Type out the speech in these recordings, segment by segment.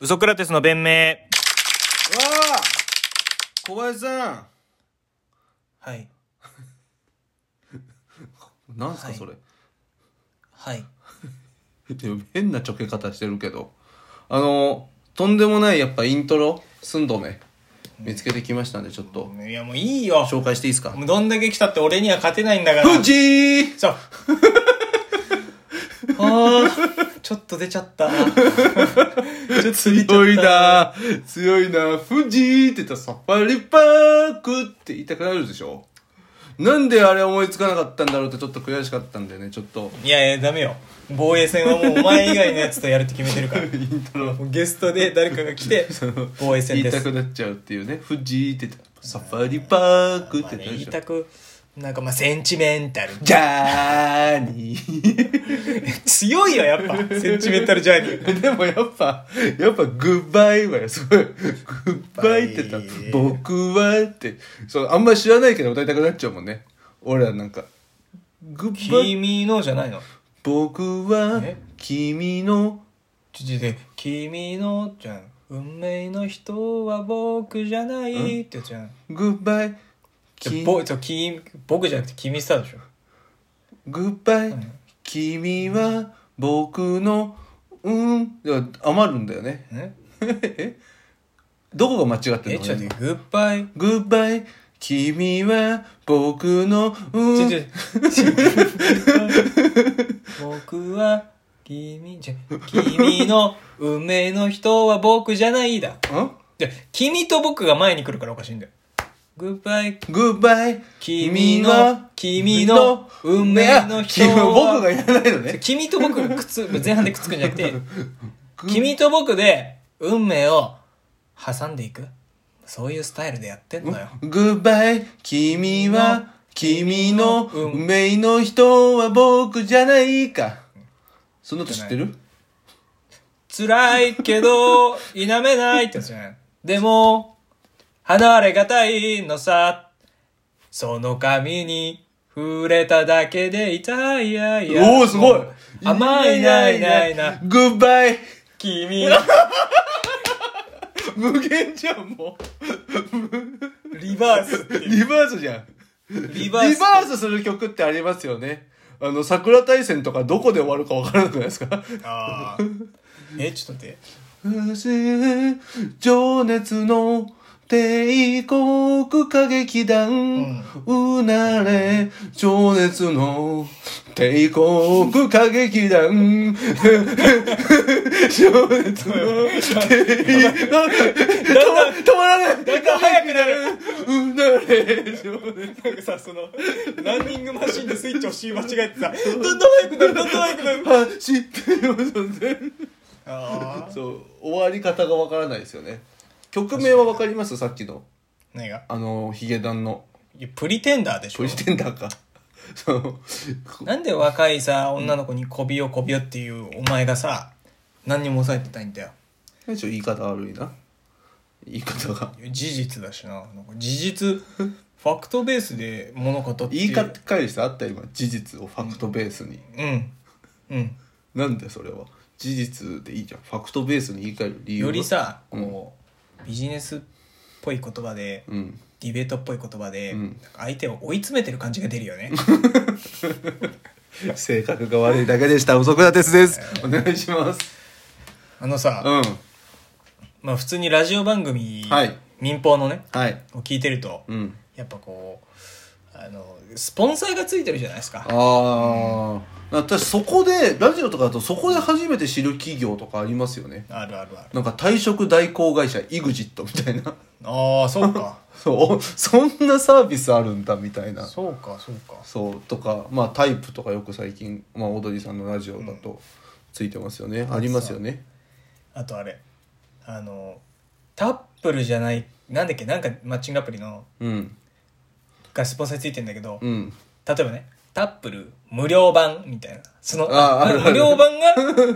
ウソクラテスの弁明わあ小林さんはいなんすかはいそれ、はいでも変なちょけ方してるけどあのとんでもないやっぱイントロ寸止め見つけてきましたんでちょっといやもういいよ紹介していいですかもうどんだけ来たって俺には勝てないんだから富士そう あーちょっと出ちゃったちょっと出ちゃった強いな強いな富士って言ったらサファリパークって言いたくなるでしょなんであれ思いつかなかったんだろうってちょっと悔しかったんでねちょっといやいやダメよ防衛戦はもうお前以外のやつとやるって決めてる からイントロもうゲストで誰かが来て防衛言戦いでたすくなっちゃうっていうね富士って言ったらサファリパークってまあ言っね言いたでしょたくなんかまあセンチメンタルジャーニー 強いよやっぱセンチメンタルジャーニ ーでもやっぱやっぱグッバイはすごいグッバイって言ったら僕はってそうあんまり知らないけど歌いたくなっちゃうもんね俺らなんかグッバイ君のじゃないの僕はえ君のちょちょちょ君のじゃん運命の人は僕じゃないってやつじゃんグッバイじゃきぼそうき僕じゃなくて君さでしょグッバイん君は僕のうんいや余るんだよねええどこが間違ってえるのちょっと待って何がグッバイグッバイ君は僕のうちょんちょ 僕は君じゃ君の運命の人は僕じゃないだんじゃ君と僕が前に来るからおかしいんだよグッバイグッバイ君の君の運命の人君僕がはやらないのね君と僕がくっつ前半でくっつくんじゃなくて君と僕で運命を挟んでいくそういうスタイルでやってんのよグッバイ君は君の運命の人は僕じゃないか。そんなと知ってる辛いけ ど、否めないってやつじゃないでも、離れがたいのさ。その髪に触れただけで痛いやいや。おおすごい甘いないないな。グッバイ君、無限じゃんもリバースってう。いう。リバースじゃん。リリババース。ースする曲ってありますよね。あの、桜大戦とかどこで終わるかわからなくないですかあーえ、ちょっと待って。情熱の帝国歌劇団、うなれ、情熱の帝国歌劇団、 情熱の帝国、止まらないだんだん早くなる。うなれ、情熱なんかさ、その、ランニングマシンでスイッチをし間違え てさ、どんどん早くなる、どんどん早くなる。走ってるあーそう、終わり方がわからないですよね。曲名はわかりますさっきの。何があの、ヒゲダンの。いやプリテンダーでしょプリテンダーか。そう。なんで若いさ、女の子にこびよこびよっていうお前がさ、何にも抑えてないんだよ。何でしょ、言い方悪いな。言い方が。事実だしな。なんか事実、ファクトベースで物事って言いう。い方返してあった今、事実をファクトベースに。うん。うん。なんでそれは。事実でいいじゃん。ファクトベースに言い換える理由はより。さ、うんこう、ビジネスっぽい言葉で、うん。ディベートっぽい言葉で、うん相手を追い詰めてる感じが出るよ ね。性格が悪いだけでした。遅くなてつです。お願いします。あのさ、うん。まあ普通にラジオ番組、はい民放のね、はい。を聞いてると、うん。やっぱこう、あの、スポンサーがついてるじゃないですか。ああ。私そこで、ラジオとかだとそこで初めて知る企業とかありますよね。あるあるある。なんか退職代行会社、イグジットみたいな。ああ、そう か。そう、そんなサービスあるんだみたいな。そうかそうかそう、とか、まあタイプとかよく最近、まあオードリーさんのラジオだとついてますよね。ありますよね。あとあれあのタップルじゃないなんだっけなんかマッチングアプリのうん。がスポンサーについてんだけど、うん。例えばねタップル無料版みたいなそのあーあるある無料版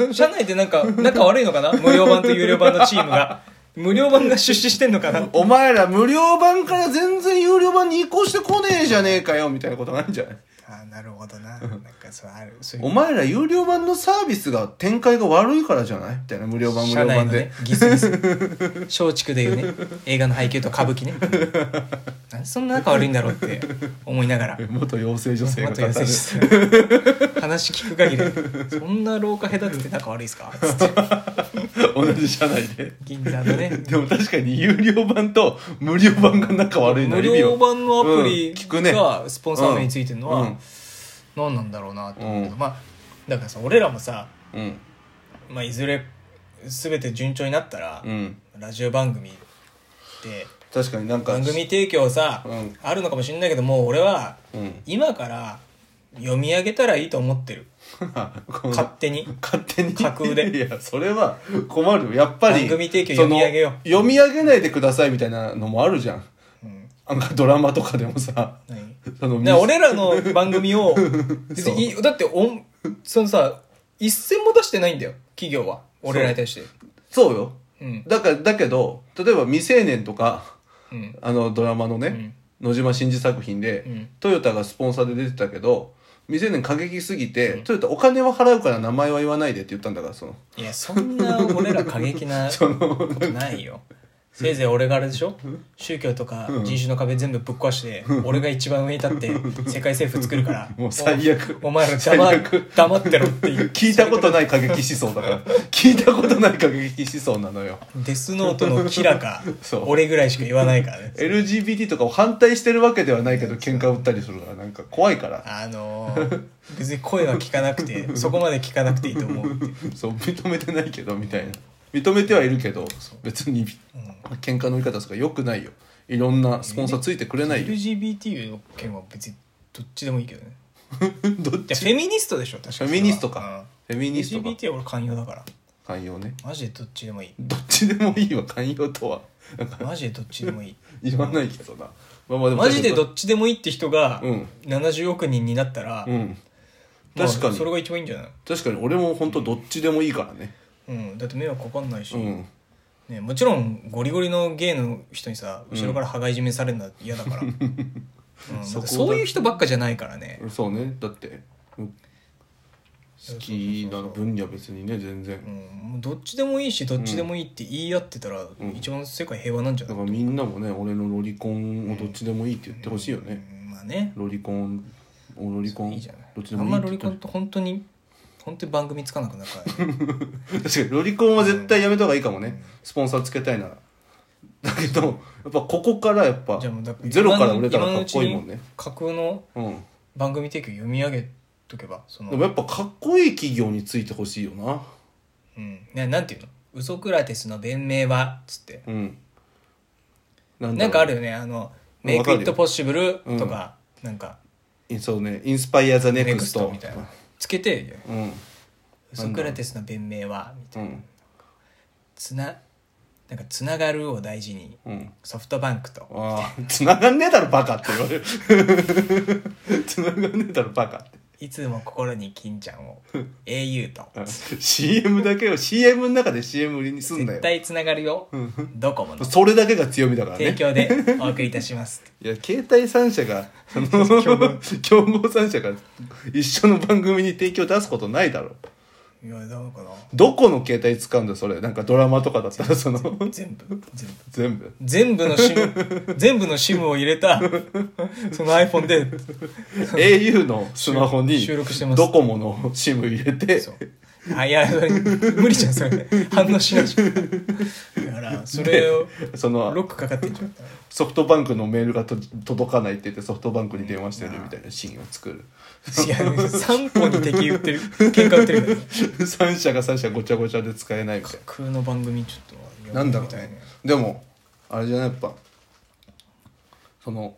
が社内でなんか仲悪いのかな無料版と有料版のチームが無料版が出資してんの かなお前ら無料版から全然有料版に移行してこねえじゃねえかよみたいなことなんじゃないあーなるほどななんかそうあるそういうお前ら有料版のサービスが展開が悪いからじゃないみたいな無料版無社料内版のでね、ギスギス 松竹でいうね映画の配給と歌舞伎ねなんでそんな仲悪いんだろうって思いながら元養成女性がま語たる痩せして話聞く限りそんな廊下隔てて仲悪いですかつって同じ社内で銀座のねでも確かに有料版と無料版が仲悪いの無意味料を版のアプリうん聞くねがスポンサー名についてるのうはん何なんだろうなと思うけど、うまあだからさ俺らもさ、うんまあ、いずれ全て順調になったら、うんラジオ番組って確かになんか番組提供さ、うんあるのかもしれないけどもう俺は うん今から読み上げたらいいと思ってるこの勝手に勝手に架空でいやそれは困るよやっぱり番組提供読み上げようその読み上げないでくださいみたいなのもあるじゃんうんなんかドラマとかでもさ何そのね、俺らの番組を別そうにいだっておそのさ一銭も出してないんだよ企業は俺らに対してそうようんだからだけど例えば未成年とかうんあのドラマのね、野島真司作品で、うんトヨタがスポンサーで出てたけど未成年過激すぎて、トヨタお金は払うから名前は言わないでって言ったんだからそのいやそんな俺ら過激な そのことないよせいぜい俺があれでしょ宗教とか人種の壁全部ぶっ壊して俺が一番上に立って世界政府作るから もう最悪おお前ら黙最悪黙ってろっていう聞いたことない過激思想だから聞いたことない過激思想なのよデスノートのキラかそう俺ぐらいしか言わないからね LGBT とかを反対してるわけではないけど喧嘩売ったりするからなんか怖いからあのー別に声は聞かなくてそこまで聞かなくていいと思うっていうそう認めてないけどみたいな認めてはいるけど別に喧嘩の売り方とかよくないよいろんなスポンサーついてくれないよ LGBT の件は別にどっちでもいいけどね どっいやちフェミニストでしょ確かフェミニストか、フェミうんニストか LGBT は俺寛容だから寛容ねマジでどっちでもいいどっちでもいいわ寛容とはなんかマジでどっちでもいい言わないけどな、まあまあもマジでどっちでもいいって人がうん70億人になったら、うんまあ確かにそれが一番いいんじゃない、確かに俺も本当どっちでもいいからねうん、だって迷惑かかんないし、うんね、もちろんゴリゴリのゲイの人にさ後ろから羽交い締めされるのは嫌だから、 うんそこだそういう人ばっかじゃないからねそうねだってうん好きな分には別にね全然うん、もうどっちでもいいしどっちでもいいって言い合ってたら、ん一番世界平和なんじゃなだい、からみんなもね俺のロリコンをどっちでもいいって言ってほしいよね、うんまあねロリコンをロリコンいいじゃないどっちであもいんいまっロて言リコってンと本当に本当に番組つかなくなる から、ね、確かにロリコンは絶対やめた方がいいかもねスポンサーつけたいならだけどやっぱここからやっぱじゃあもうだってゼロから売れたら今かのっこいいもんねうちに架空のうん番組提供読み上げとけばそのでもやっぱかっこいい企業についてほしいよなうんね、なんていうの「ウソクラテスの弁明は」つってうんなんだろなうんかあるよねあの「メイクイわかッるトよポッシブル」とか、なんかそうねインスパイア・ザ・ 「ネネククスストト」みたいなつけてうん「ウソクラテスの弁明は」みたいなうんつななんか「つながる」を大事にうんソフトバンクとああ、繋がんねえだろ、バカって言われる。繋がんねえだろ、バカって。いつも心に金ちゃん を au と CM だけを、CM の中で CM 売りにすんな絶よ。対つながるよドコモのそれだけが強みだから提ね。供でお送りいたしますいや、携帯3社が、その、競合3社が一緒の番組に提供出すことないだろ。いやどうかなどこの携帯使うんだよ、それ。なんかドラマとかだったら、その、全部全部全部。全部の SIM 全部の SIM を入れたその iPhone で au のスマホに、収録してますドコモの SIM 入れて、そうあいやそれ無理じゃんそれ反応しないじゃんだからそれをその、ロックかかってんじゃんソフトバンクのメールがと届かないって言ってソフトバンクに電話してるみたいなシーンを作るいや3本に敵売ってる喧嘩売ってるからね三社が三社ごちゃごちゃで使えないみたい架空の番組ちょっとななんだろうねでもあれじゃないやっぱその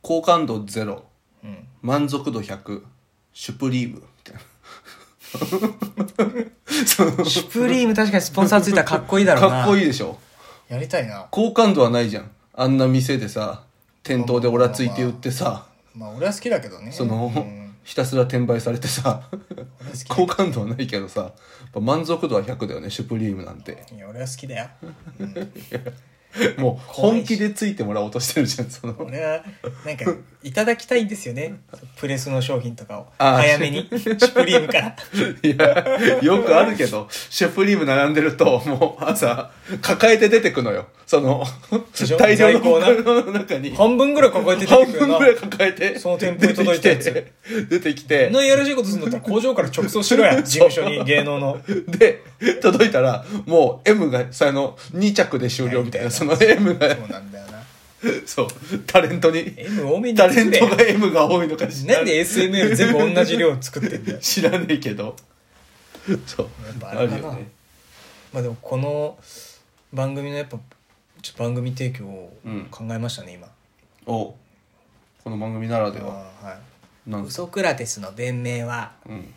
好感度ゼロうん満足度100シュプリームみたいなそのシュプリーム確かにスポンサーついたらかっこいいだろうなかっこいいでしょやりたいな好感度はないじゃんあんな店でさ店頭でオラついて売ってさまあ俺は好きだけどねその、うんひたすら転売されてさ俺は好き好感度はないけどさやっぱ満足度は100だよねシュプリームなんて いや俺は好きだよ、うんもう怖いし本気でついてもらおうとしてるじゃんその俺はなんかいただきたいんですよねプレスの商品とかをあー早めにシュプリームからいやよくあるけどシェプリーム並んでるともう朝抱えて出てくのよそのでしょ大量の在庫をな袋の中に半分ぐらいここやって出半てくる分なぐらい抱えてその店舗に届いたやつ出てきて出てきてそんないやらしいことするんだったら工場から直送しろ や事務所に芸能ので、届いたら、もう M が、その、2着で終了みたいな、その M が、そうなんだよな そう、タレントに、 M 多めにタ作レンれトが M が多いのか知らなんで SML 全部同じ量作ってんだよ 知らねえけど。そうやっ、ぱああれかるなよね。まあでもこの番組のやっぱちょっと番組提供をうん考えましたね今おこの番組ならでは、あーはいなんウソクラテスの弁明はうん。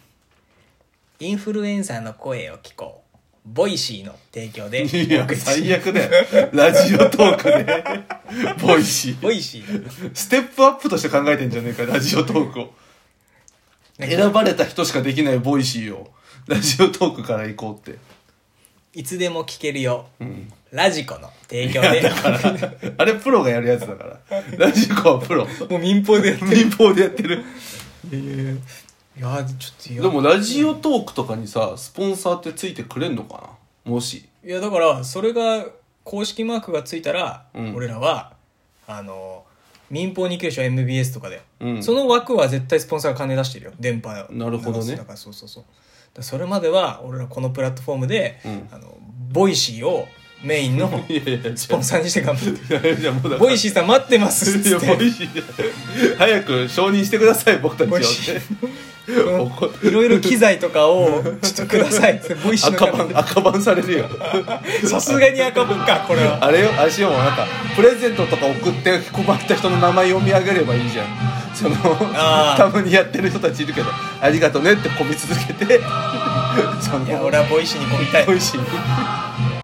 インフルエンサーの声を聞こうボイシーの提供でいや、最悪だよ。ラジオトークで、 ボイシー。ボイシーステップアップとして考えてんじゃねえか、ラジオトークを。の選ばれた人しかできないボイシーを、ラジオトークから行こうって。いつでも聞けるようん。ラジコの提供であれプロがやるやつだから。ラジコはプロ。もう民放でやってる民放でやってる。 いやーちょっといやでもラジオトークとかにさ、スポンサーってついてくれんのかなもし。いやだからそれが公式マークがついたら、うん俺らはあの民放に行くでしょ MBS とかで、うんその枠は絶対スポンサーが金出してるよ電波をなるほど流ねすだからそうそうそうだからそれまでは俺らこのプラットフォームで、うんあのボイシーをメインの いやいやいや、スポンサーにして頑張っていやいや、もうだからボイシーさん待ってますっいつや、ってボイシーじゃない早く承認してください、僕たちをボイシーって。こ のいろいろ機材とかをちょっとくださいっつってボイシーの赤方番、赤番されるよ。さすがに赤文かこれはあれよ、あれしようもなんか、プレゼントとか送って困った人の名前読み上げればいいじゃん。そのあ、ーたまにやってる人たちいるけど、ありがとねって込み続けて、そいや俺はボイシーに込みたい美味しい。